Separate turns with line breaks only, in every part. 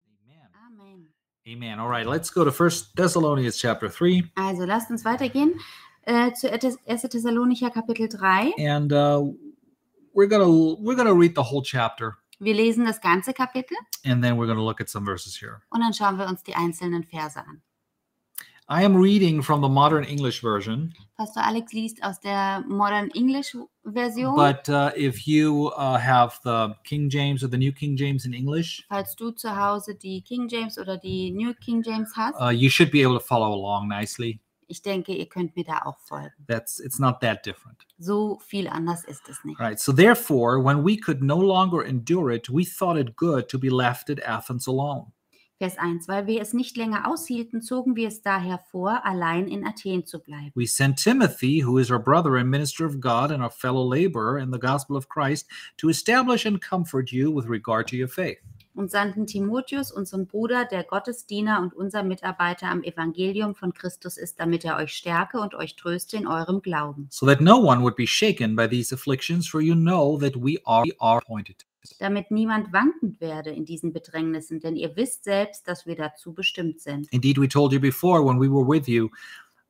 Ah. Amen. All right, let's go to First Thessalonians chapter 3.
Also lasst uns weitergehen äh, zu Ethes- 1. Thessalonicher Kapitel 3.
And uh, we're going to we're going to read the whole chapter
Wir lesen das ganze Kapitel
and then we're going to look at some verses here.
und dann schauen wir uns die einzelnen Verse an.
I am reading from the Modern English version,
Pastor Alex liest aus der Modern English Version.
but uh, if you uh, have the King James or the New King James in English,
Falls du zu Hause die King James oder die New King James hast,
uh, you should be able to follow along nicely.
ich denke, ihr könnt mir da auch folgen.
That's it's not that different.
So viel anders ist es nicht.
All right. So therefore, when we could no longer endure it, we thought it good to be left at Athens alone.
Vers 1. Weil wir es nicht länger aushielten, zogen wir es daher vor, allein in Athen zu bleiben.
We sent Timothy, who is our brother and minister of God and our fellow laborer in the gospel of Christ, to establish and comfort you with regard to your faith.
Und sandten Timotheus, unseren Bruder, der Gottesdiener und unser Mitarbeiter am Evangelium von Christus ist, damit er euch stärke und euch tröste in eurem Glauben,
so that no one would be shaken by these afflictions, for you know that we are, we are appointed. to this.
damit niemand wankend werde in diesen Bedrängnissen, denn ihr wisst selbst, dass wir dazu bestimmt sind.
Indeed, we told you before when we were with you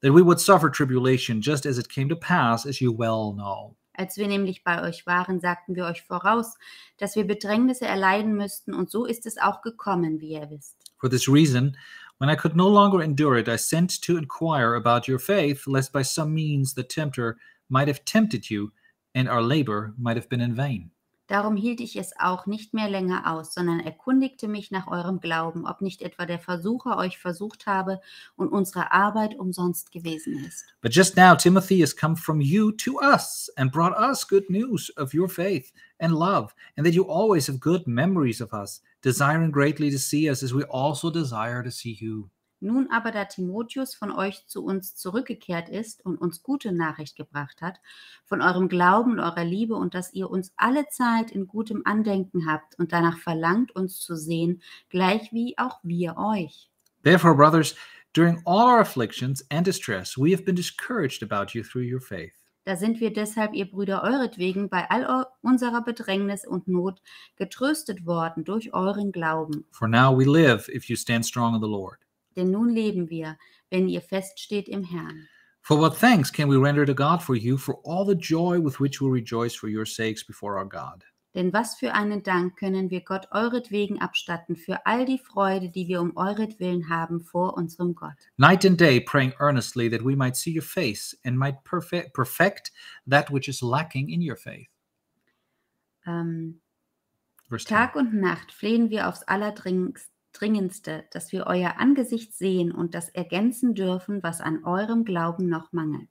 that we would suffer tribulation, just as it came to pass, as you well know.
Als wir nämlich bei euch waren, sagten wir euch voraus, dass wir Bedrängnisse erleiden müssten, und so ist es auch gekommen, wie ihr wisst.
For this reason, when I could no longer endure it, I sent to inquire about your faith, lest by some means the tempter might have tempted you, and our labor might have been in vain.
Darum hielt ich es auch nicht mehr länger aus, sondern erkundigte mich nach eurem Glauben, ob nicht etwa der Versucher euch versucht habe und unsere Arbeit umsonst gewesen ist.
But just now, Timothy has come from you to us and brought us good news of your faith and love, and that you always have good memories of us, desiring greatly to see us as we also desire to see you.
Nun aber, da Timotheus von euch zu uns zurückgekehrt ist und uns gute Nachricht gebracht hat, von eurem Glauben und eurer Liebe und dass ihr uns alle Zeit in gutem Andenken habt und danach verlangt, uns zu sehen, gleich wie auch wir euch.
Therefore, brothers, during all our afflictions and distress, we have been discouraged about you through your faith.
Da sind wir deshalb, ihr Brüder, euretwegen bei all eu unserer Bedrängnis und Not getröstet worden durch euren Glauben.
For now we live if you stand strong in the Lord.
Denn nun leben wir, wenn ihr feststeht im Herrn.
For what thanks can we render to God for you for all the joy with which we rejoice for your sakes before our God?
Denn was für einen Dank können wir Gott euretwegen abstatten für all die Freude, die wir um euretwillen haben vor unserem Gott.
night and day praying earnestly that we might see your face and might perfect perfect that which is lacking in your faith
Ähm,
verse 10.
Tag und Nacht flehen wir aufs Allerdringendste, dass wir euer Angesicht sehen und das ergänzen dürfen, was an eurem Glauben noch mangelt.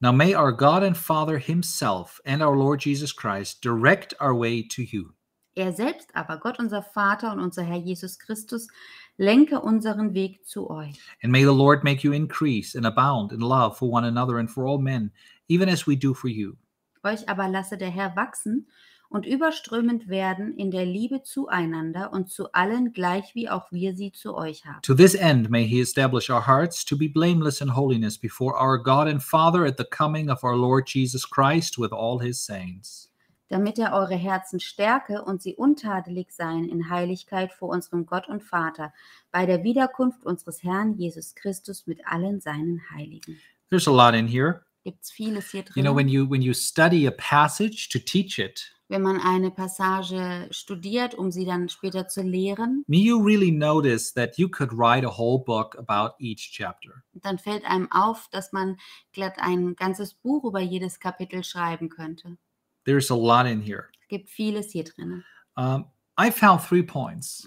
now may our god and father himself and our lord jesus christ direct our way to you
Er selbst aber, Gott unser Vater und unser Herr Jesus Christus, lenke unseren Weg zu euch.
and may the lord make you increase and abound in love for one another and for all men even as we do for you
Euch aber lasse der Herr wachsen und überströmend werden in der Liebe zueinander und zu allen, gleich wie auch wir sie zu euch haben.
to this end may he establish our hearts to be blameless in holiness before our god and father at the coming of our lord jesus christ with all his saints
Damit er eure Herzen stärke und sie untadelig seien in Heiligkeit vor unserem Gott und Vater, bei der Wiederkunft unseres Herrn Jesus Christus mit allen seinen Heiligen.
there's a lot in here
Gibt es vieles hier
you know when
drin.
you when you study a passage to teach it
Wenn man eine Passage studiert, um sie dann später zu lehren,
you really notice that you could write a whole book about each chapter
dann fällt einem auf, dass man glatt ein ganzes Buch über jedes Kapitel schreiben könnte.
there's a lot in here
Es gibt vieles hier drin.
um, i found three points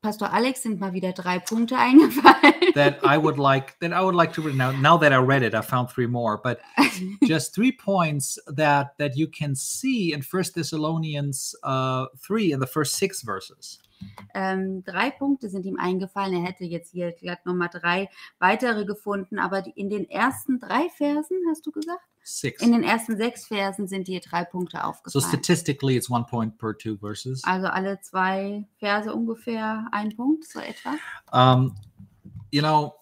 Pastor Alex sind mal wieder drei Punkte eingefallen.
that i would like that i would like to read now now that i read it i found three more but just three points that that you can see in first thessalonians uh, 3 in the first six verses
ähm, drei Punkte sind ihm eingefallen. Er hätte jetzt hier glatt nochmal drei weitere gefunden, aber die, in den ersten drei Versen, hast du gesagt?
six
In den ersten sechs Versen sind dir drei Punkte
so
aufgefallen.
statistically it's one point per two verses
Also alle zwei Verse ungefähr ein Punkt, so etwa.
um, you know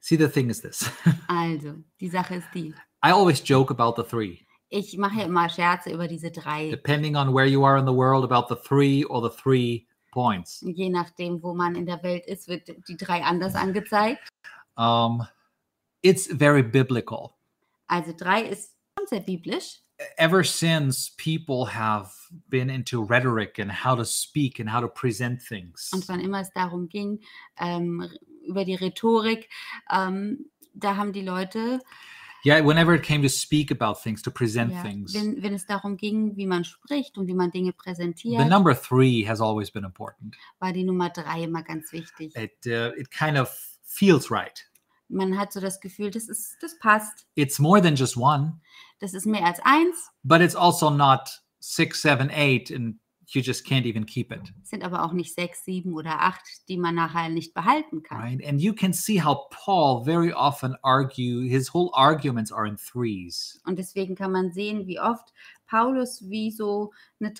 see the thing is this
Also, die Sache ist die.
I always joke about the three.
Ich mache ja immer Scherze über diese drei,
depending on where you are in the world, about the three or the three points.
je nachdem, wo man in der Welt ist, wird die drei anders angezeigt.
Um, it's very biblical.
Also drei ist schon sehr biblisch.
Ever since people have been into rhetoric and how to speak and how to present things,
Und wann immer es darum ging, ähm, über die Rhetorik, ähm, da haben die Leute,
yeah, whenever it came to speak about things, to present
ja,
things,
wenn, wenn es darum ging, wie man spricht und wie man Dinge
the
präsentiert,
number three has always been important.
war die Nummer drei immer ganz wichtig.
It uh, it kind of feels right.
Man hat so das Gefühl, das ist, das passt,
It's more than just one,
das ist mehr als eins,
but it's also not six, seven, eight, and you just can't even keep it.
sind aber auch nicht sechs, sieben oder acht, die man nachher nicht behalten kann.
right? And you can see how Paul very often argue his whole arguments are in threes.
Und deswegen kann man sehen, wie oft Paulus wie so eine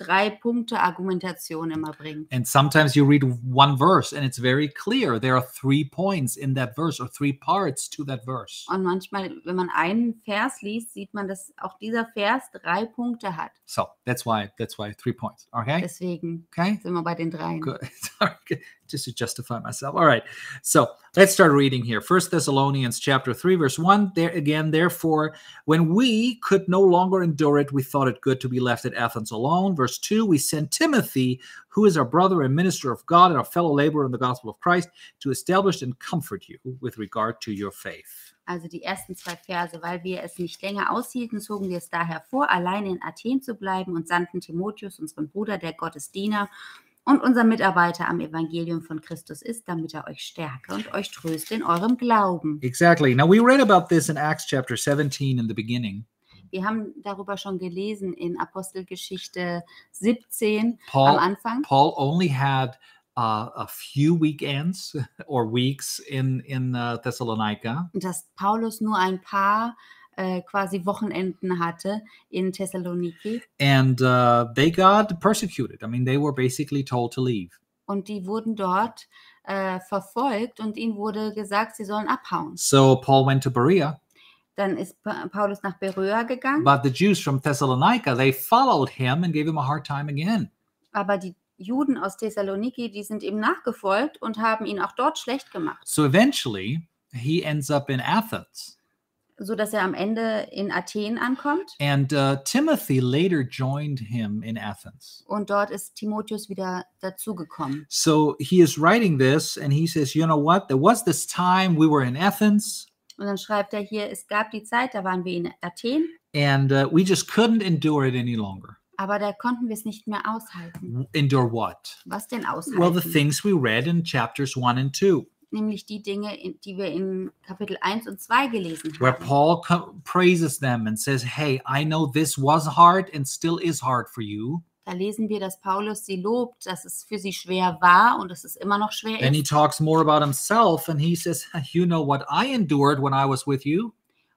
Drei-Punkte-Argumentation immer bringt.
And sometimes you read one verse and it's very clear there are three points in that verse or three parts to that verse.
Und manchmal, wenn man einen Vers liest, sieht man, dass auch dieser Vers drei Punkte hat.
So that's why that's why three points. Okay?
Deswegen
Okay.
sind wir bei den dreien.
Good. Sorry, good. Just to justify myself. All right. So let's start reading here. First Thessalonians chapter three, verse one. There again, therefore, when we could no longer endure it, we thought it good to be left at Athens alone. Verse two, we sent Timothy, who is our brother and minister of God and our fellow laborer in the gospel of Christ, to establish and comfort you with regard to your faith.
Also die ersten zwei Verse. Weil wir es nicht länger aushielten, zogen wir es daher vor, allein in Athen zu bleiben und sandten Timotheus, unseren Bruder, der Gottes Diener und unser Mitarbeiter am Evangelium von Christus ist, damit er euch stärke und euch tröste in eurem Glauben.
Exactly. Now we read about this in Acts chapter 17 in the beginning.
Wir haben darüber schon gelesen in Apostelgeschichte 17 am
Paul
Anfang.
Paul only had uh, a few weekends or weeks in in uh, Thessalonica,
dass Paulus nur ein paar äh, quasi Wochenenden hatte in Thessaloniki
and uh, they got persecuted. I mean, they were basically told to leave.
und die wurden dort äh, verfolgt und ihnen wurde gesagt, sie sollen abhauen.
So Paul went to Berea,
Dann ist Pa- Paulus nach Beröa gegangen,
but the Jews from Thessalonica they followed him and gave him a hard time again.
aber die Juden aus Thessaloniki, die sind ihm nachgefolgt und haben ihn auch dort schlecht gemacht,
So eventually, he ends up in Athens,
so dass er am Ende in Athen ankommt
and uh, Timothy later joined him in Athens.
und dort ist Timotheus wieder dazugekommen.
So he is writing this, and he says, "You know what? There was this time we were in Athens."
Und dann schreibt er hier, es gab die Zeit, da waren wir in Athen,
and uh, we just couldn't endure it any longer.
aber da konnten wir es nicht mehr aushalten.
W- Endure what?
Was denn aushalten?
Well, the things we read in chapters one and two,
nämlich die Dinge, in- die wir in Kapitel 1 und 2 gelesen
where
haben,
Paul co- praises them and says, Hey, I know this was hard and still is hard for you.
da lesen wir, dass Paulus sie lobt, dass es für sie schwer war und dass es immer noch schwer
Then he
ist.
talks more about himself and he says, You know what I endured when I was with you.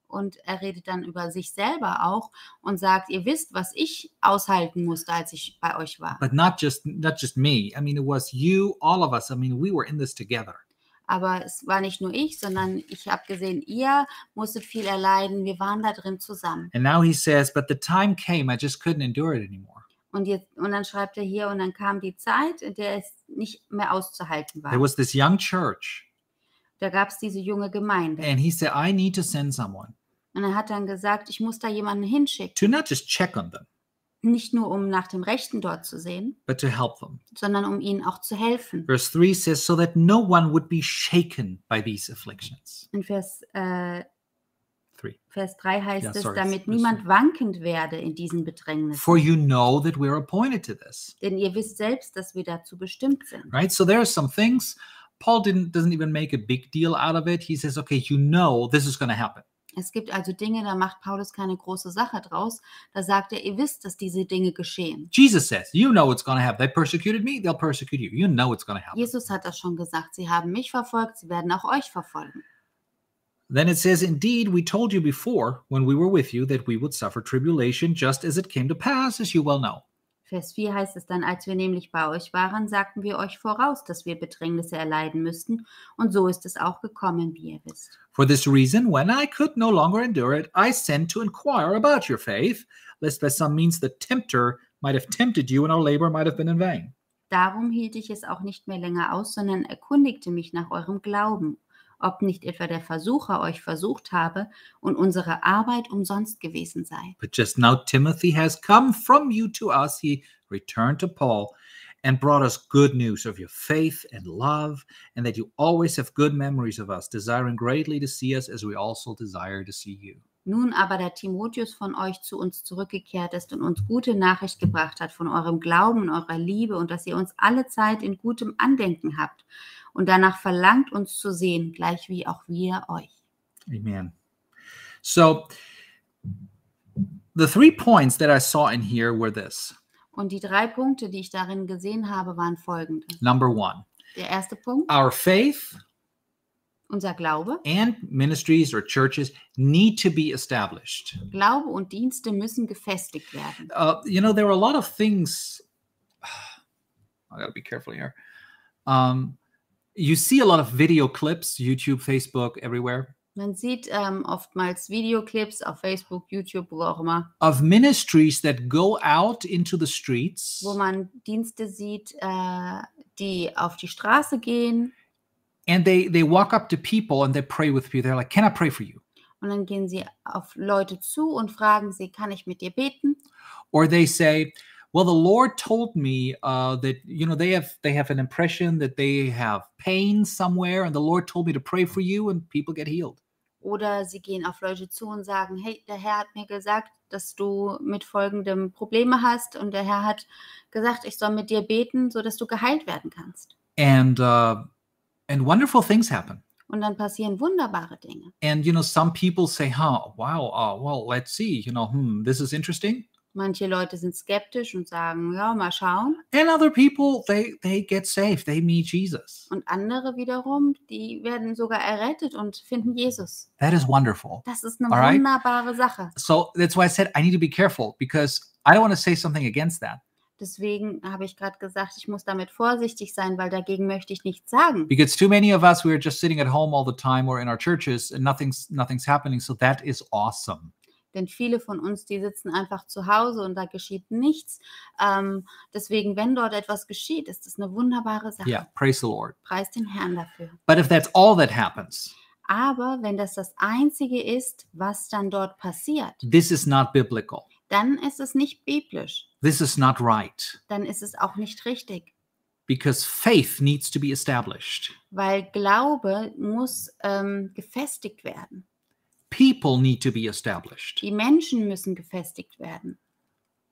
Und er redet dann über sich selber auch und sagt, ihr wisst, was ich aushalten musste, als ich bei euch war.
But not just not just me. I mean, it was you, all of us. I mean, we were in this together.
Aber es war nicht nur ich, sondern ich habe gesehen, ihr musstet viel erleiden, wir waren da drin zusammen.
And now he says, But the time came, I just couldn't endure it anymore.
Und, jetzt, und dann schreibt er hier, und dann kam die Zeit, in der es nicht mehr auszuhalten
There
war.
was this young church,
Da gab es diese junge Gemeinde.
and he said, I need to send someone.
Und er hat dann gesagt, ich muss da jemanden hinschicken.
to not just check on them,
nicht nur um nach dem Rechten dort zu sehen,
but to help them.
sondern um ihnen auch zu helfen.
Verse 3 says, So that no one would be shaken by these afflictions.
In Vers, äh,
3.
Vers 3 heißt
Ja,
es,
sorry,
damit
das müssen
niemand wankend werde in diesen Bedrängnissen.
For you know that we're appointed to this,
Denn ihr wisst selbst, dass wir dazu bestimmt sind.
right? So there are some things. Paul didn't doesn't even make a big deal out of it. He says, Okay, you know this is going to happen.
Es gibt also Dinge, da macht Paulus keine große Sache draus. Da sagt er, ihr wisst, dass diese Dinge geschehen.
Jesus says, You know it's going to happen. They persecuted me, they'll persecute you. You know it's going to happen.
Jesus hat das schon gesagt, sie haben mich verfolgt, sie werden auch euch verfolgen.
Then it says, Indeed, we told you before when we were with you that we would suffer tribulation, just as it came to pass, as you well know.
Vers 4 heißt es dann, als wir nämlich bei euch waren, sagten wir euch voraus, dass wir Bedrängnisse erleiden müssten, und so ist es auch gekommen, wie ihr wisst.
For this reason, when I could no longer endure it, I sent to inquire about your faith, lest by some means the tempter might have tempted you and our labor might have been in vain.
Darum hielt ich es auch nicht mehr länger aus, sondern erkundigte mich nach eurem Glauben, ob nicht etwa der Versucher euch versucht habe und unsere Arbeit umsonst gewesen sei.
But just now Timothy has come from you to us. He returned to Paul and brought us good news of your faith and love, and that you always have good memories of us, desiring greatly to see us as we also desire to see you.
Nun aber, da Timotheus von euch zu uns zurückgekehrt ist und uns gute Nachricht gebracht hat von eurem Glauben und eurer Liebe und dass ihr uns alle Zeit in gutem Andenken habt und danach verlangt, uns zu sehen, gleich wie auch wir euch.
Amen. So, the three points that I saw in here were this
Und die drei Punkte, die ich darin gesehen habe, waren folgende.
number one,
Der erste Punkt,
our faith
unser Glaube.
and ministries or churches need to be established.
Glaube und Dienste müssen gefestigt werden.
Uh, you know, there are a lot of things. I got to be careful here. Um, you see a lot of video clips, YouTube, Facebook, everywhere,
Man sieht ähm, oftmals Videoclips auf Facebook, YouTube, wo auch immer,
of ministries that go out into the streets
wo man Dienste sieht, äh, die auf die Straße gehen
and they they walk up to people and they pray with you. They're like, "Can I pray for you?"
und dann gehen sie auf Leute zu und fragen sie, kann ich mit dir beten?
Or they say, "Well, the Lord told me uh, that you know they have they have an impression that they have pain somewhere, and the Lord told me to pray for you, and people get healed."
Oder sie gehen auf Leute zu und sagen, hey, der Herr hat mir gesagt, dass du mit folgendem Probleme hast und der Herr hat gesagt, ich soll mit dir beten, sodass du geheilt werden kannst.
and uh, and wonderful things happen.
Und dann passieren wunderbare Dinge.
And you know, some people say, "Huh, wow, uh, well, let's see. You know, hmm, this is interesting."
Manche Leute sind skeptisch und sagen, ja, mal schauen.
And other people, they they get saved. They meet Jesus.
Und andere wiederum, die werden sogar errettet und finden Jesus.
That is wonderful.
Das ist eine
Alright.
wunderbare Sache.
So that's why I said I need to be careful because I don't want to say something against that
Deswegen habe ich gerade gesagt, ich muss damit vorsichtig sein, weil dagegen möchte ich nichts sagen.
because too many of us we are just sitting at home all the time or in our churches and nothing's nothing's happening. So that is awesome.
Denn viele von uns, die sitzen einfach zu Hause und da geschieht nichts. Ähm, deswegen, wenn dort etwas geschieht, ist das eine wunderbare Sache.
Yeah, praise the Lord.
Preis den Herrn dafür.
But if that's all that happens,
Aber wenn das das Einzige ist, was dann dort passiert,
this is not biblical.
dann ist es nicht biblisch.
This is not right.
Dann ist es auch nicht richtig.
because faith needs to be established.
weil Glaube muss ähm, gefestigt werden.
People need to be established.
Die Menschen müssen gefestigt werden.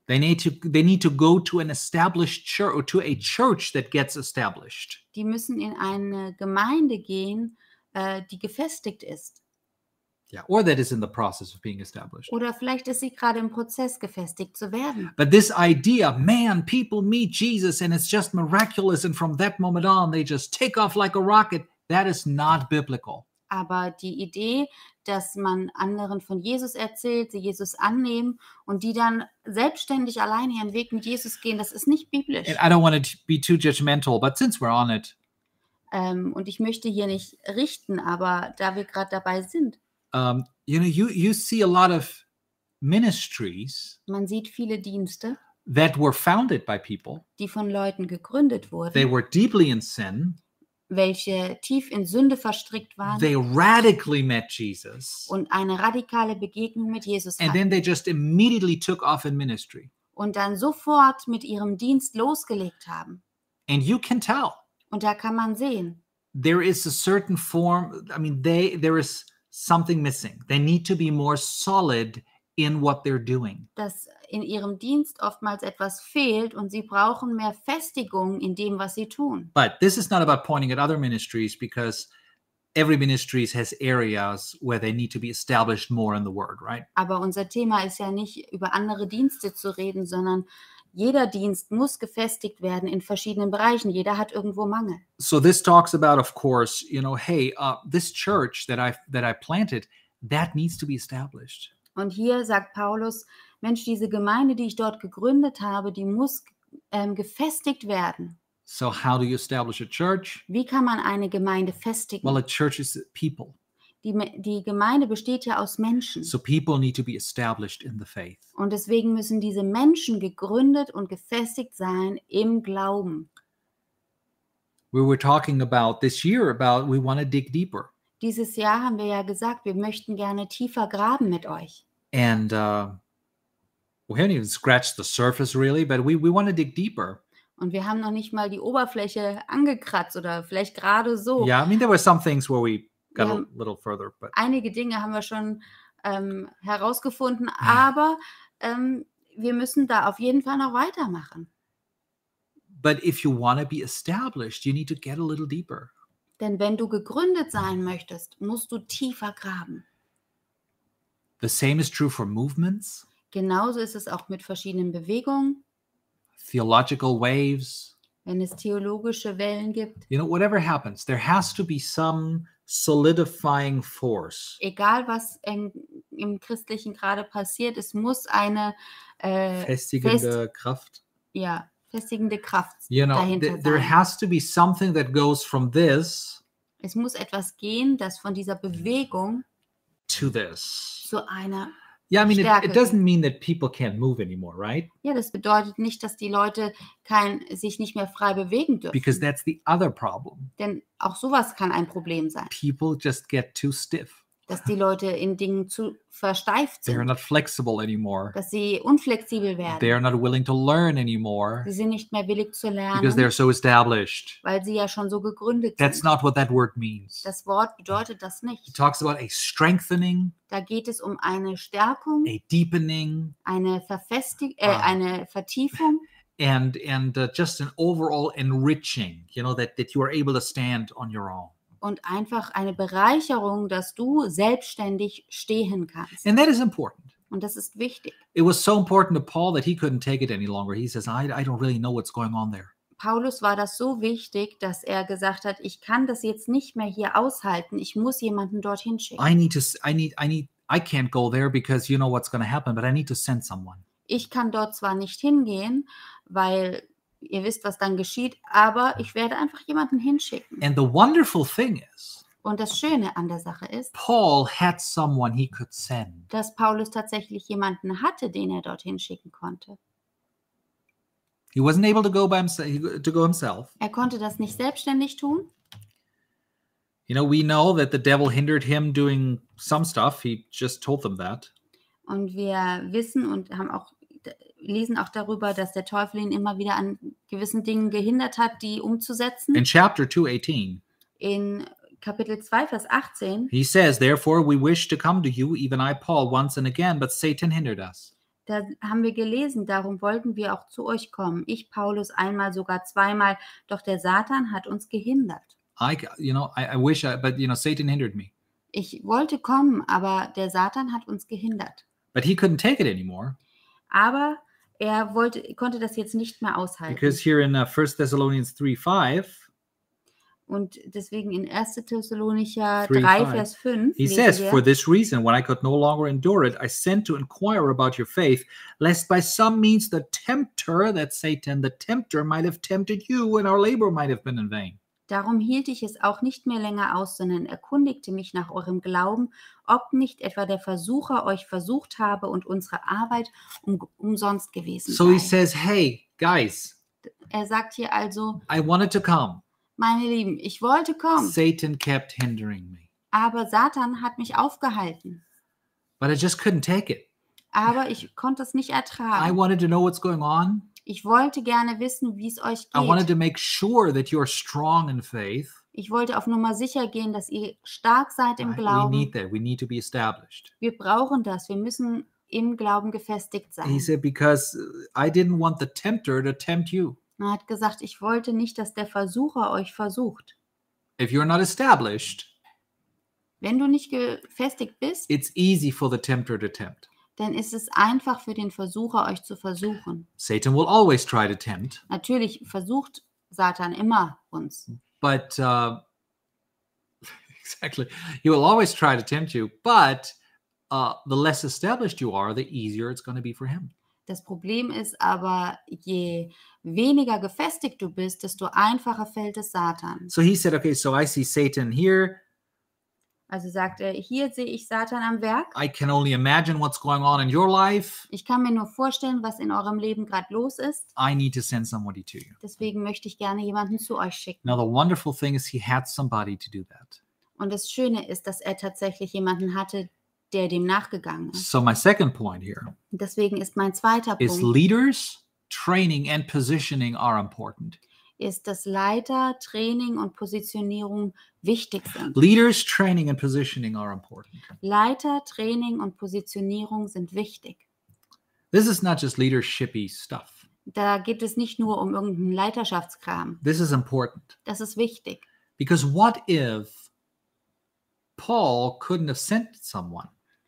They need to they need to go to an established church or to a church that gets established.
Die müssen in eine Gemeinde gehen, äh, die gefestigt ist.
Yeah, or that is in the process of being established.
Oder vielleicht ist sie gerade im Prozess, gefestigt zu werden.
But this idea, man, people meet Jesus and it's just miraculous and from that moment on they just take off like a rocket, that is not biblical.
Aber die Idee, dass man anderen von Jesus erzählt, sie Jesus annehmen und die dann selbstständig alleine ihren Weg mit Jesus gehen, das ist nicht biblisch.
And I don't want to be too judgmental, but since we're on it,
Ähm, und ich möchte hier nicht richten, aber da wir gerade dabei sind,
um, you know, you you see a lot of ministries
man sieht viele Dienste,
that were founded by people
die von Leuten gegründet
They
wurden,
were deeply in sin.
welche tief in Sünde verstrickt waren
They radically met Jesus.
und eine radikale Begegnung mit Jesus
And then
hatten
they just immediately took off in ministry.
und dann sofort mit ihrem Dienst losgelegt haben.
And you can tell
Und da kann man sehen,
there is a certain form. I mean, they there is something missing. They need to be more solid in what they're doing.
dass in ihrem Dienst oftmals etwas fehlt und sie brauchen mehr Festigung in dem, was sie tun.
But this is not about pointing at other ministries because every ministries has areas where they need to be established more in the word, right?
Aber unser Thema ist ja nicht über andere Dienste zu reden, sondern jeder Dienst muss gefestigt werden in verschiedenen Bereichen. Jeder hat irgendwo Mangel.
so this talks about of course you know hey uh, this church that i that i planted that needs to be established
Und hier sagt Paulus, Mensch, diese Gemeinde, die ich dort gegründet habe, die muss ähm, gefestigt werden.
So, how do you establish a church?
Wie kann man eine Gemeinde festigen?
Well, a church is people.
Die, Me- die Gemeinde besteht ja aus Menschen.
So, people need to be established in the faith.
Und deswegen müssen diese Menschen gegründet und gefestigt sein im Glauben.
We were talking about this year about we want to dig deeper.
Dieses Jahr haben wir ja gesagt, wir möchten gerne tiefer graben mit euch.
And uh, we haven't even scratched the surface really, but we, we want to dig deeper.
Und wir haben noch nicht mal die Oberfläche angekratzt oder vielleicht gerade so.
Yeah, I mean, there were some things where we got
Yeah.
a little further, but
Einige Dinge haben wir schon ähm, herausgefunden, aber ähm, wir müssen da auf jeden Fall noch weitermachen.
but if you want to be established, you need to get a little deeper.
Denn wenn du gegründet sein möchtest, musst du tiefer graben.
The same is true for movements,
Genauso ist es auch mit verschiedenen Bewegungen,
theological waves,
wenn es theologische Wellen gibt.
you know, whatever happens, there has to be some solidifying force.
Egal, was im, im Christlichen gerade passiert, es muss eine äh,
Festigende Kraft.
ja, festigende Kraft
You know,
dahinter
th- there
sein.
has to be something that goes from this
Es muss etwas gehen, das von
Mhm.
dieser Bewegung
to this.
zu einer.
Yeah, I mean, it,
Stärke.
it doesn't mean that people can't move anymore, right?
Ja, das bedeutet nicht, dass die Leute kein, sich nicht mehr frei bewegen dürfen.
Because that's the other problem.
Denn auch sowas kann ein Problem sein,
People just get too stiff.
dass die Leute in Dingen zu versteift
They're
sind,
not flexible anymore.
dass sie unflexibel
They
werden.
are not willing to learn anymore
Sie sind nicht mehr willig zu
because they're
lernen,
so established.
weil sie ja schon so gegründet
That's
sind.
not what that word means.
Das Wort bedeutet das
He
nicht.
talks about a strengthening,
Da geht es um eine Stärkung,
a deepening,
eine, Verfestig äh,
Ah.
eine Vertiefung
and and uh, just an overall enriching. You know that that you are able to stand on your own,
und einfach eine Bereicherung, dass du selbstständig stehen kannst.
and that is important.
Und das ist wichtig.
It was so important to Paul that he couldn't take it any longer. He says, "I I don't really know what's going on there."
Paulus war das so wichtig, dass er gesagt hat, ich kann das jetzt nicht mehr hier aushalten, ich muss jemanden dorthin schicken.
I need to. s- I need. I need. I can't go there because you know what's going to happen. But I need to send someone.
Ich kann dort zwar nicht hingehen, weil ihr wisst, was dann geschieht, aber ich werde einfach jemanden hinschicken.
And the wonderful thing is,
Und das Schöne an der Sache ist,
Paul had someone he could send.
dass Paulus tatsächlich jemanden hatte, den er dorthin schicken konnte.
He wasn't able to go by himself. To go himself.
Er konnte das nicht selbstständig tun.
You know, we know that the devil hindered him doing some stuff. He just told them that.
Und wir wissen und haben auch lesen auch darüber, dass der Teufel ihn immer wieder an gewissen Dingen gehindert hat, die umzusetzen.
In chapter 218,
in Kapitel 2, Vers 18,
he says, Therefore we wish to come to you, even I, Paul, once and again, but Satan hindered us.
da haben wir gelesen, darum wollten wir auch zu euch kommen. Ich, Paulus, einmal, sogar zweimal, doch der Satan hat uns gehindert.
I, c- you know, I, I wish I, but, you know, Satan hindered me.
Ich wollte kommen, aber der Satan hat uns gehindert.
But he couldn't take it anymore
Aber er wollte, konnte das jetzt nicht mehr aushalten.
because here in uh, 1 Thessalonians 3 5,
Und deswegen in 1. Thessalonicher
Three,
3,
five.
Vers 5
he
lesen
says,
wir,
For this reason, when I could no longer endure it, I sent to inquire about your faith, lest by some means the tempter, that Satan, the tempter, might have tempted you and our labor might have been in vain.
Darum hielt ich es auch nicht mehr länger aus, sondern erkundigte mich nach eurem Glauben, ob nicht etwa der Versucher euch versucht habe und unsere Arbeit um, umsonst gewesen
So he
sei.
says, Hey, guys,
Er sagt hier also,
I wanted to come.
meine Lieben, ich wollte kommen,
Satan kept hindering me,
aber Satan hat mich aufgehalten.
but I just couldn't take it.
Aber ich konnte es nicht
I
ertragen.
wanted to know what's going on.
Ich wollte gerne wissen, wie es euch
I wanted to
geht.
make sure that you're strong in faith.
Ich wollte auf Nummer sicher gehen, dass ihr stark seid im
right? We need
Glauben.
that. We need to be established.
Wir brauchen das. Wir müssen im Glauben gefestigt
And he
sein.
said, Because uh, I didn't want the tempter to tempt you.
Er hat gesagt, ich wollte nicht, dass der Versucher euch versucht.
If you're not established,
Wenn du nicht gefestigt bist,
it's easy for the tempter to tempt.
dann ist es einfach für den Versucher, euch zu versuchen.
Satan will always try to tempt,
Natürlich versucht Satan immer uns.
but uh, exactly, he will always try to tempt you. But uh, the less established you are, the easier it's going to be for him.
Das Problem ist aber, je weniger gefestigt du bist, desto einfacher fällt es Satan.
So he said, okay, so I see Satan here.
Also sagt er, hier sehe ich Satan am Werk.
I can only imagine what's going on in your life.
Ich kann mir nur vorstellen, was in eurem Leben gerade los ist.
I need to send somebody to you.
Deswegen möchte ich gerne jemanden zu euch schicken.
Now, the wonderful thing is he had somebody to do that.
Und das Schöne ist, dass er tatsächlich jemanden hatte, der dem nachgegangen ist.
So, my second point here
Deswegen ist mein zweiter
is
Punkt,
leaders, training, and positioning are important.
ist, dass Leiter, Training und Positionierung wichtig sind.
Leaders, training, and positioning are important.
Leiter, Training und Positionierung sind wichtig.
This is not just leadershipy stuff.
Da geht es nicht nur um irgendeinen Leiterschaftskram.
This is important
Das ist wichtig.
because what if Paul couldn't have sent someone?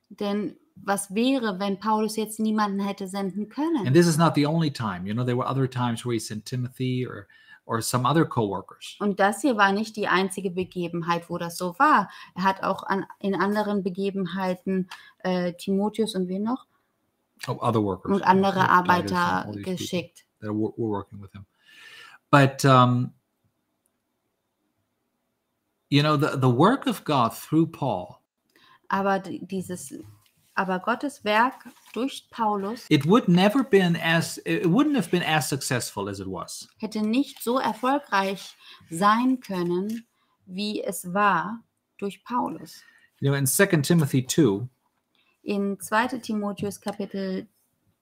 Denn was wäre, wenn Paulus jetzt niemanden hätte senden
And
können?
this is not the only time. You know, there were other times where he sent Timothy or or some other co-workers.
Und das hier war nicht die einzige Begebenheit, wo das so war. Er hat auch an, in anderen Begebenheiten äh, Timotheus und wen noch
Oh, other workers.
und andere
Leaders and
Arbeiter
all these people
geschickt.
That were, were working with him. But um, you know, the, the work of God through Paul,
Aber d- dieses, aber Gottes Werk durch Paulus
it would never been as it wouldn't have been as successful as it was
hätte nicht so erfolgreich sein können, wie es war durch Paulus.
you know in 2 timothy 2
In 2. Timotheus Kapitel,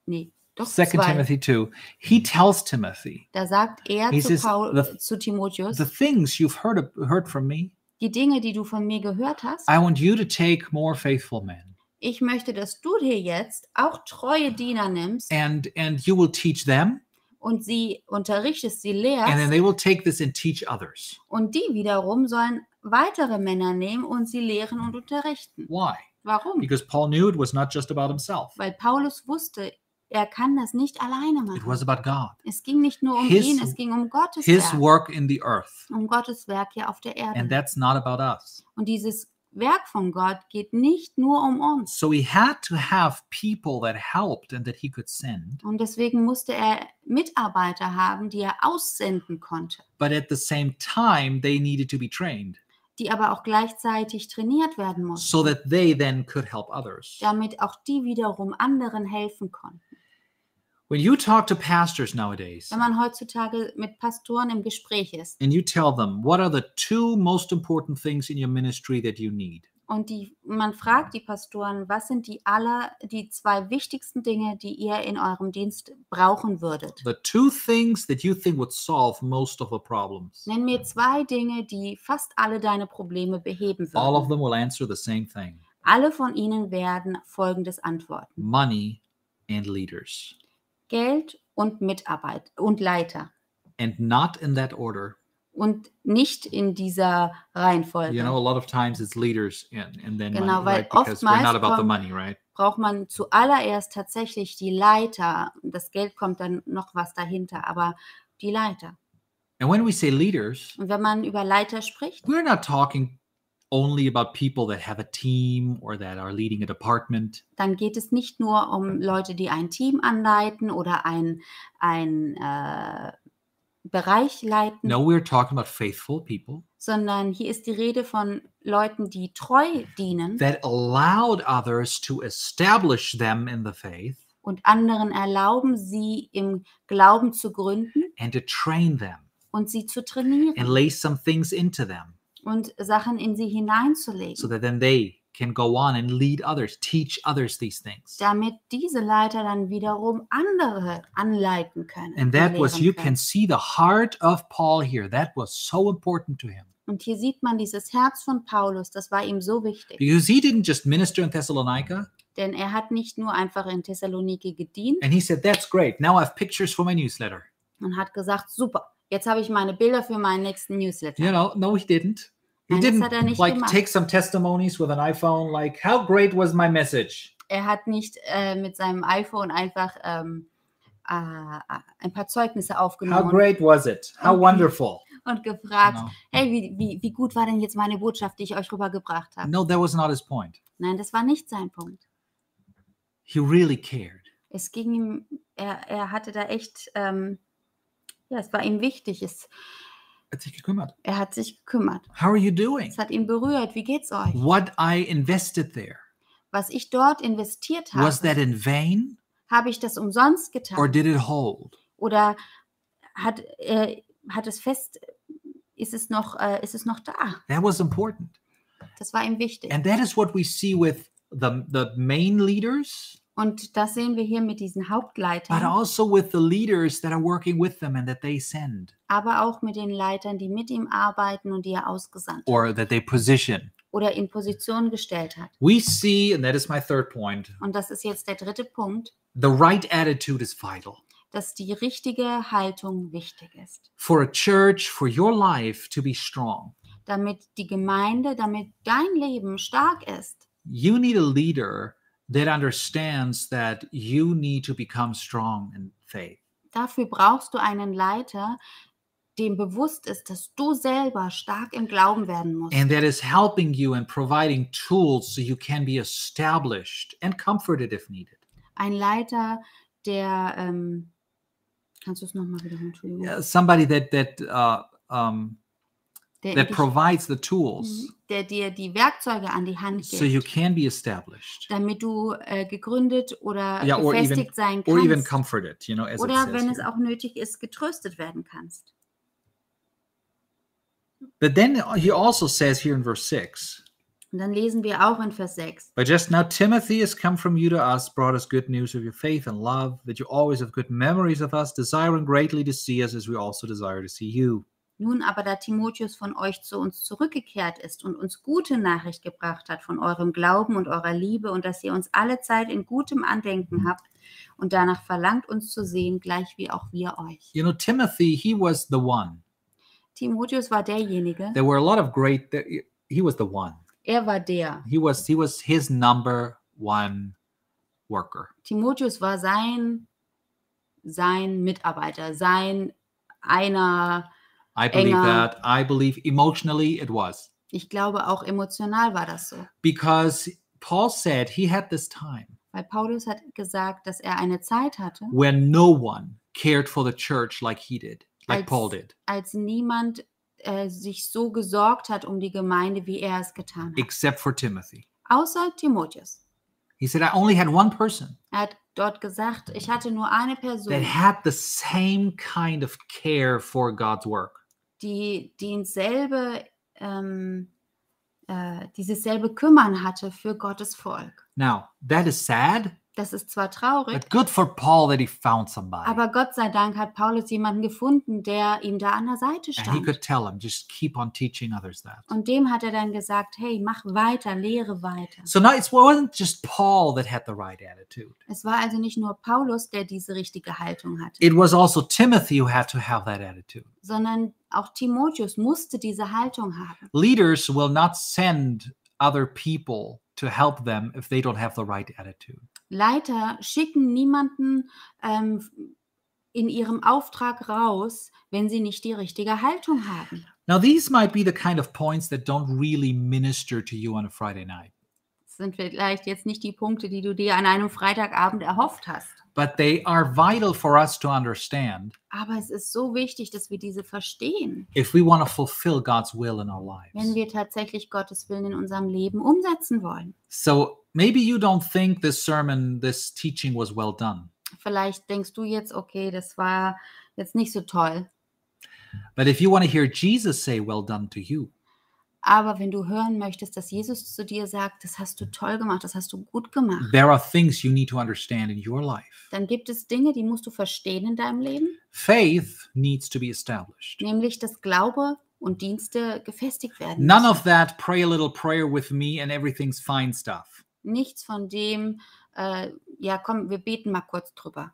nee, doch
2
2,
timothy 2 he tells timothy
da sagt er
He
zu,
says,
Paul,
the-
zu Timotheus,
the things you've heard of, heard from me
die Dinge, die du von mir gehört hast,
i want you to take more faithful men
ich möchte, dass du dir jetzt auch treue Diener nimmst
and and you will teach them
und sie unterrichtest, sie
and then
lehrst
they will take this and teach others
und die wiederum sollen weitere Männer nehmen und sie lehren und unterrichten.
why
Warum?
because paul knew it was not just about himself
Weil Paulus wusste, er kann das nicht alleine
it
machen.
was about god
Es ging nicht nur um
His-
ihn, es ging um Gottes
his
Werk,
work in the earth
um Gottes Werk hier auf der
and
Erde.
that's not about us
Und dieses Werk von Gott geht nicht nur um uns.
so he had to have people that helped and that he could send
Und deswegen musste er Mitarbeiter haben, die er aussenden konnte,
but at the same time they needed to be trained
die aber auch gleichzeitig trainiert werden mussten,
so that they then could help others
damit auch die wiederum anderen helfen konnten.
when you talk to pastors nowadays
Wenn man heutzutage mit Pastoren im Gespräch ist
and you tell them what are the two most important things in your ministry that you need
und die, man fragt die Pastoren, was sind die aller, die zwei wichtigsten Dinge, die ihr in eurem Dienst brauchen würdet?
the two things that you think would solve most of the problems
Nenn mir zwei Dinge, die fast alle deine Probleme beheben
all of
würden.
them will answer the same thing
Alle von ihnen werden Folgendes antworten.
money and leaders
Geld und Mitarbeit und Leiter.
and not in that order
Und nicht in dieser
you know a
Reihenfolge.
lot of times it's leaders and, and then
Genau,
money,
weil
right? because we're
oftmals
not about the
kommen-
money right
Braucht man zuallererst tatsächlich die Leiter. Das Geld kommt dann noch was dahinter, aber die Leiter.
and when we say leaders
Und wenn man über Leiter spricht,
we're not talking only about people that have a team or that are leading a department.
dann geht es nicht nur um Leute, die ein Team anleiten oder ein, ein äh, Bereich leiten,
No, we're talking about faithful people
sondern hier ist die Rede von Leuten, die treu dienen
that allowed others to establish them in the faith
und anderen erlauben, sie im Glauben zu gründen
and to train them
und sie zu
and
trainieren
lay some things into them
und Sachen in sie
so
hineinzulegen,
that then they can go on and lead others, teach others these things.
damit diese Leiter dann wiederum andere anleiten können.
And
und
that was,
lehren
you
können.
can see the heart of Paul here. That was so important to him
Und hier sieht man dieses Herz von Paulus, das war ihm so wichtig.
because he didn't just minister in Thessalonica
Denn er hat nicht nur einfach in Thessaloniki gedient
and he said, That's great. Now I have pictures for my newsletter.
und hat gesagt, super, jetzt habe ich meine Bilder für meinen nächsten
You
Newsletter.
know, no, he didn't. He
Nein, das hat er
didn't
nicht
like
gemacht.
take some testimonies with an iPhone, like how great was my message?
Er hat nicht äh, mit seinem iPhone einfach ähm, äh, ein paar Zeugnisse
How
aufgenommen
great Genau. was it? How
Okay.
wonderful?
und gefragt,
No.
hey, wie, wie, wie gut war denn jetzt meine Botschaft, die ich euch rübergebracht habe?
no, that was not his point.
Nein, das war nicht sein Punkt.
He really cared.
Es ging ihm, er, er hatte da echt, ähm, ja, es war ihm wichtig. Es,
Hat sich gekümmert.
er hat sich gekümmert.
How are you doing?
Es hat ihn berührt. Wie geht's euch?
What I invested there,
Was ich dort investiert
was
habe,
that in vain
habe ich das umsonst
or
getan?
did it hold?
Oder hat, äh, hat es fest, ist es noch, äh, ist es noch da?
That was important.
Das war ihm wichtig.
And that is what we see with the, the main leaders,
Und das sehen wir hier mit diesen
but
Hauptleitern,
also with the leaders that are working with them and that they send
aber auch mit den Leitern, die mit ihm arbeiten und die er ausgesandt
or that they position.
oder in Position gestellt hat.
We see, and that is my third point,
Und das ist jetzt der dritte Punkt,
the right attitude is vital.
dass die richtige Haltung wichtig ist,
For a church, for your life to be strong,
damit die Gemeinde, damit dein Leben stark ist.
you need a leader that understands that you need to become strong in faith.
Dafür brauchst du einen Leiter, dem bewusst ist, dass du selber stark im Glauben werden musst
and that is helping you and providing tools so you can be established and comforted if needed.
ein Leiter, der, ähm, kannst du es nochmal wiederholen, Entschuldigung,
Yeah, Uh, somebody that that uh, um,
der, in
that
dich-
provides the tools
Mhm. der dir die Werkzeuge an die Hand gibt,
so you can be established
damit du äh, gegründet oder
Ja, or even-
gefestigt sein
or even
kannst
comforted. You know, as it
oder
says
wenn es
here.
auch nötig ist, getröstet werden kannst.
But then he also says here in verse six.
Und dann lesen wir auch in Vers 6.
But just now Timothy has come from you to us, brought us good news of your faith and love, that you always have good memories of us, desiring greatly to see us as we also desire to see you.
Nun aber, da Timotheus von euch zu uns zurückgekehrt ist und uns gute Nachricht gebracht hat von eurem Glauben und eurer Liebe und dass ihr uns alle Zeit in gutem Andenken habt und danach verlangt, uns zu sehen, gleich wie auch wir euch.
You know, Timothy, he was the one.
Timotheus war derjenige,
There were a lot of great. He was the one.
er war der.
he was he was his number one worker
Timotheus war sein, sein Mitarbeiter, sein einer,
i believe
Enger.
that i believe emotionally it was
ich glaube auch emotional war das so.
because paul said he had this time
Weil Paulus hat gesagt, dass er eine Zeit hatte,
when no one cared for the church like he did like
Als-
paul did
als niemand äh, sich so gesorgt hat um die Gemeinde, wie er es getan hat.
except for timothy
Außer Timotheus.
he said i only had one person
Er hat dort gesagt, ich hatte nur eine Person,
that had the same kind of care for god's work
die, die dieselbe, ähm, äh, dieses selbe Kümmern hatte für Gottes Volk.
now that is sad
Das ist zwar traurig,
but good for paul that he found somebody
Aber Gott sei Dank hat Paulus jemanden gefunden, der ihm da an der Seite
and he
stand.
could tell him just keep on teaching others that
Und dem hat er dann gesagt, hey, mach weiter, lehre weiter.
So now it's, well, it wasn't just Paul that had the right attitude.
Es war also nicht nur Paulus, der diese richtige Haltung hatte,
It was also Timothy who had to have that attitude.
sondern auch Timotheus musste diese Haltung haben.
Leaders will not send other people to help them if they don't have the right attitude.
Leiter schicken niemanden ähm, in ihrem Auftrag raus, wenn sie nicht die richtige Haltung haben.
Now, these might be the kind of points that don't really minister to you on a Friday night,
Das sind vielleicht jetzt nicht die Punkte, die du dir an einem Freitagabend erhofft hast.
but they are vital for us to understand
Aber es ist so wichtig, dass wir diese verstehen.
if we want to fulfill God's will in our
wenn
lives.
wir tatsächlich Gottes Willen in unserem Leben umsetzen wollen.
So maybe you don't think this sermon, this teaching was well done.
Vielleicht denkst du jetzt, okay, das war jetzt nicht so toll.
But if you want to hear Jesus say, well done to you,
Aber wenn du hören möchtest, dass Jesus zu dir sagt, das hast du toll gemacht, das hast du gut gemacht,
there are things you need to understand in your life.
dann gibt es Dinge, die musst du verstehen in deinem Leben,
Faith needs to be established.
nämlich dass Glaube und Dienste gefestigt werden.
None
müssen.
of that pray a little prayer with me and everything's fine stuff.
Nichts von dem, äh, ja, komm, wir beten mal kurz drüber.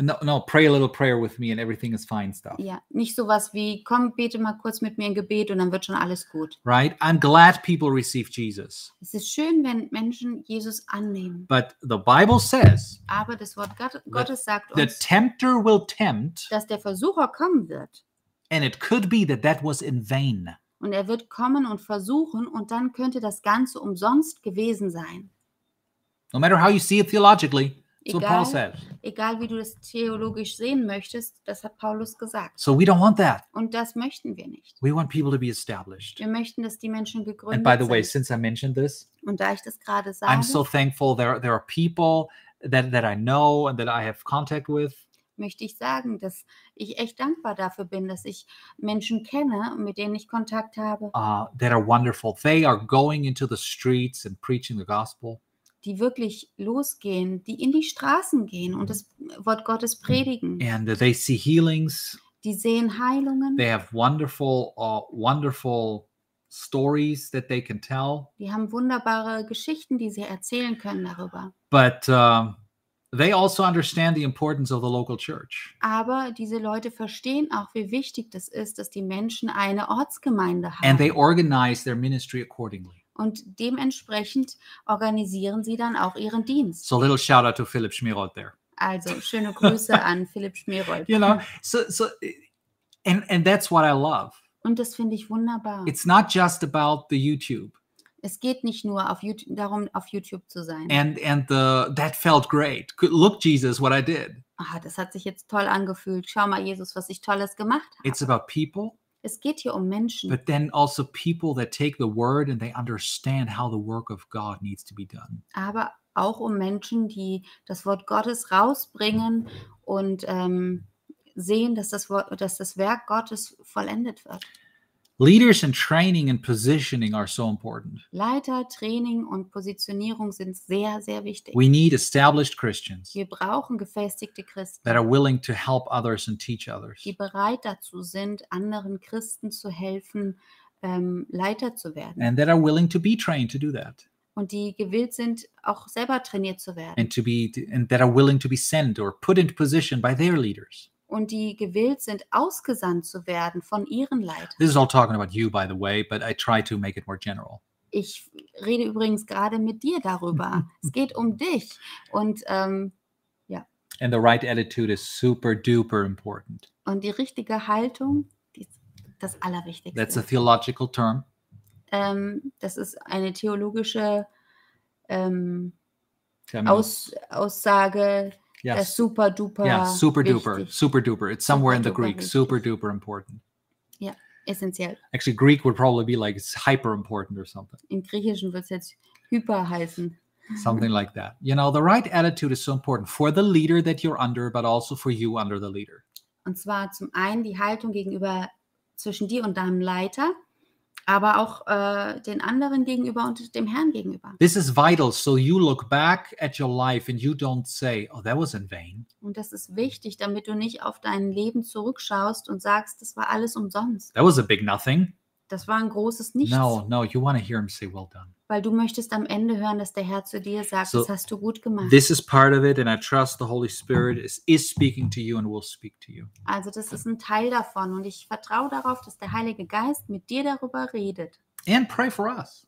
No, no, pray a little prayer with me and everything is fine stuff.
Ja, nicht sowas wie, komm, bete mal kurz mit mir ein Gebet und dann wird schon alles gut.
Right? I'm glad people receive Jesus.
Es ist schön, wenn Menschen Jesus annehmen.
But the Bible says
Aber das Wort Gott, Gottes sagt
the
uns,
tempter will tempt,
dass der Versucher kommen wird.
and it could be that that was in vain.
Und er wird kommen und versuchen und dann könnte das Ganze umsonst gewesen sein.
No matter how you see it theologically, that's what Paul
Egal,
said.
egal wie du das theologisch sehen möchtest, das hat Paulus gesagt.
So we don't want that.
Und das möchten wir nicht.
We want people to be established.
Wir möchten, dass die Menschen
And by the
gegründet
way,
sind.
since I mentioned this,
Und da ich das gerade
I'm
sage,
so thankful there there are people that that I know and that I have contact with
möchte ich sagen, dass ich echt dankbar dafür bin, dass ich Menschen kenne, mit denen ich Kontakt habe,
uh, that are wonderful. They are going into the streets and preaching the gospel.
die wirklich losgehen, die in die Straßen gehen und das Wort
Mm,
Gottes predigen.
and they see healings.
Die sehen Heilungen,
They have wonderful, uh, wonderful stories that they can tell.
die haben wunderbare Geschichten, die sie erzählen können darüber.
But um, they also understand the importance of the local church.
Aber diese Leute verstehen auch, wie wichtig das ist, dass die Menschen eine Ortsgemeinde
And they
haben.
organize their ministry accordingly.
Und dementsprechend organisieren sie dann auch ihren Dienst.
So, little shout out to Philip Schmirold there.
Also schöne Grüße an Philipp Schmerold.
You know, so so, and and that's what I love.
Und das finde ich wunderbar.
It's not just about the YouTube
Es geht nicht nur auf YouTube, darum, auf YouTube zu sein.
and and the that felt great. Good- Look, Jesus, what I did.
Ah, das hat sich jetzt toll angefühlt. Schau mal, Jesus, was ich Tolles gemacht habe.
It's about people
Es geht hier um Menschen,
but then also people that take the word and they understand how the work of God needs to be done.
aber auch um Menschen, die das Wort Gottes rausbringen und ähm, sehen, dass das, Wort, dass das Werk Gottes vollendet wird.
Leaders and training and positioning are so important.
Leiter, Training und Positionierung sind sehr, sehr wichtig.
We need established Christians
Wir brauchen gefestigte
that are
Christen,
willing to help others and teach others.
die bereit dazu sind, anderen Christen zu helfen, ähm, Leiter zu werden.
And that are willing to be trained to do that,
und die gewillt sind, auch selber trainiert zu werden
and to be, and that are willing to be sent or put into position by their leaders.
und die gewillt sind, ausgesandt zu werden von ihren Leitern.
This is all talking about you, by the way, but I try to make it more general.
Ich rede übrigens gerade mit dir darüber. es geht um dich und, ähm,
And the right attitude is super duper important.
und die richtige Haltung, die ist das Allerwichtigste.
That's a theological term.
ähm, das ist eine theologische ähm,
Terminus.
Aus Aussage, das super duper
Yeah, super duper,
wichtig,
super duper. It's somewhere in the
Super duper
Greek,
wichtig.
super duper important.
essentiell.
Actually, Greek would probably be like it's hyper important or something,
Im Griechischen wird es jetzt hyper heißen.
something like that. You know, the right attitude is so important for the leader that you're under, but also for you under the leader.
Und zwar zum einen die Haltung gegenüber zwischen dir und deinem Leiter, aber auch äh, den anderen gegenüber und dem Herrn gegenüber.
This is vital. So you look back at your life and you don't say, oh, that was in vain.
Und das ist wichtig, damit du nicht auf dein Leben zurückschaust und sagst, das war alles umsonst.
That was a big nothing.
Das war ein großes Nichts,
No, no, you want to hear him say, well done.
weil du möchtest am Ende hören, dass der Herr zu dir sagt,
So,
das hast du gut gemacht.
This is part of it. And I trust the Holy Spirit is, is speaking to you and will speak to you.
Also das ist ein Teil davon und ich vertraue darauf, dass der Heilige Geist mit dir darüber redet.
And pray for us.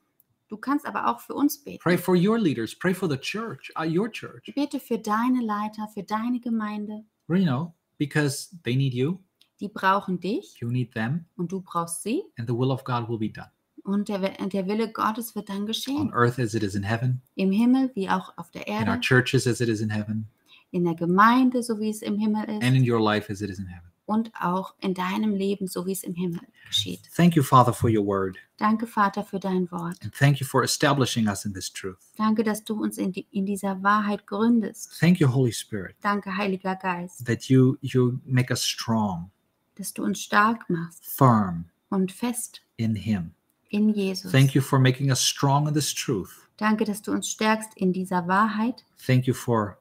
Du kannst aber auch für uns
Pray
beten.
for your leaders. Pray for the church, uh, your church.
Bete für deine Leiter, für deine Gemeinde.
Well, you know, because they need you,
Die brauchen dich.
you need them,
und du brauchst sie
and the will of God will be done
und der, Wi- der Wille Gottes wird dann
on
geschehen.
earth as it is in heaven,
Im Himmel wie auch auf der
in our
Erde,
churches as it is in heaven,
in der Gemeinde, so wie es im Himmel
and
ist
in your life as it is in heaven.
und auch in deinem Leben, so wie es im Himmel geschieht.
Thank you, Father, for your word,
Danke, Vater, für dein Wort.
and thank you for establishing us in this truth.
Danke, dass du uns in, die, in dieser Wahrheit gründest.
Thank you, Holy Spirit,
Danke, Heiliger Geist,
that you you make us strong,
dass du uns stark machst
firm
und fest
in Him.
in Jesus.
Thank you for making us strong in this truth.
Danke, dass du uns stärkst in dieser Wahrheit.
Thank you for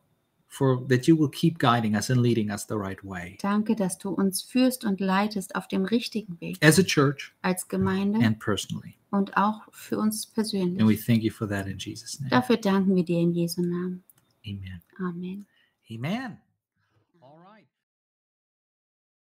for that you will keep guiding us and leading us the right way
Danke, dass du uns führst und leitest auf dem richtigen Weg
as a church
als Gemeinde
and personally.
und auch für uns persönlich.
And we thank you for that in Jesus' name.
Dafür danken wir dir in Jesu Namen.
Amen.
Amen.
Amen.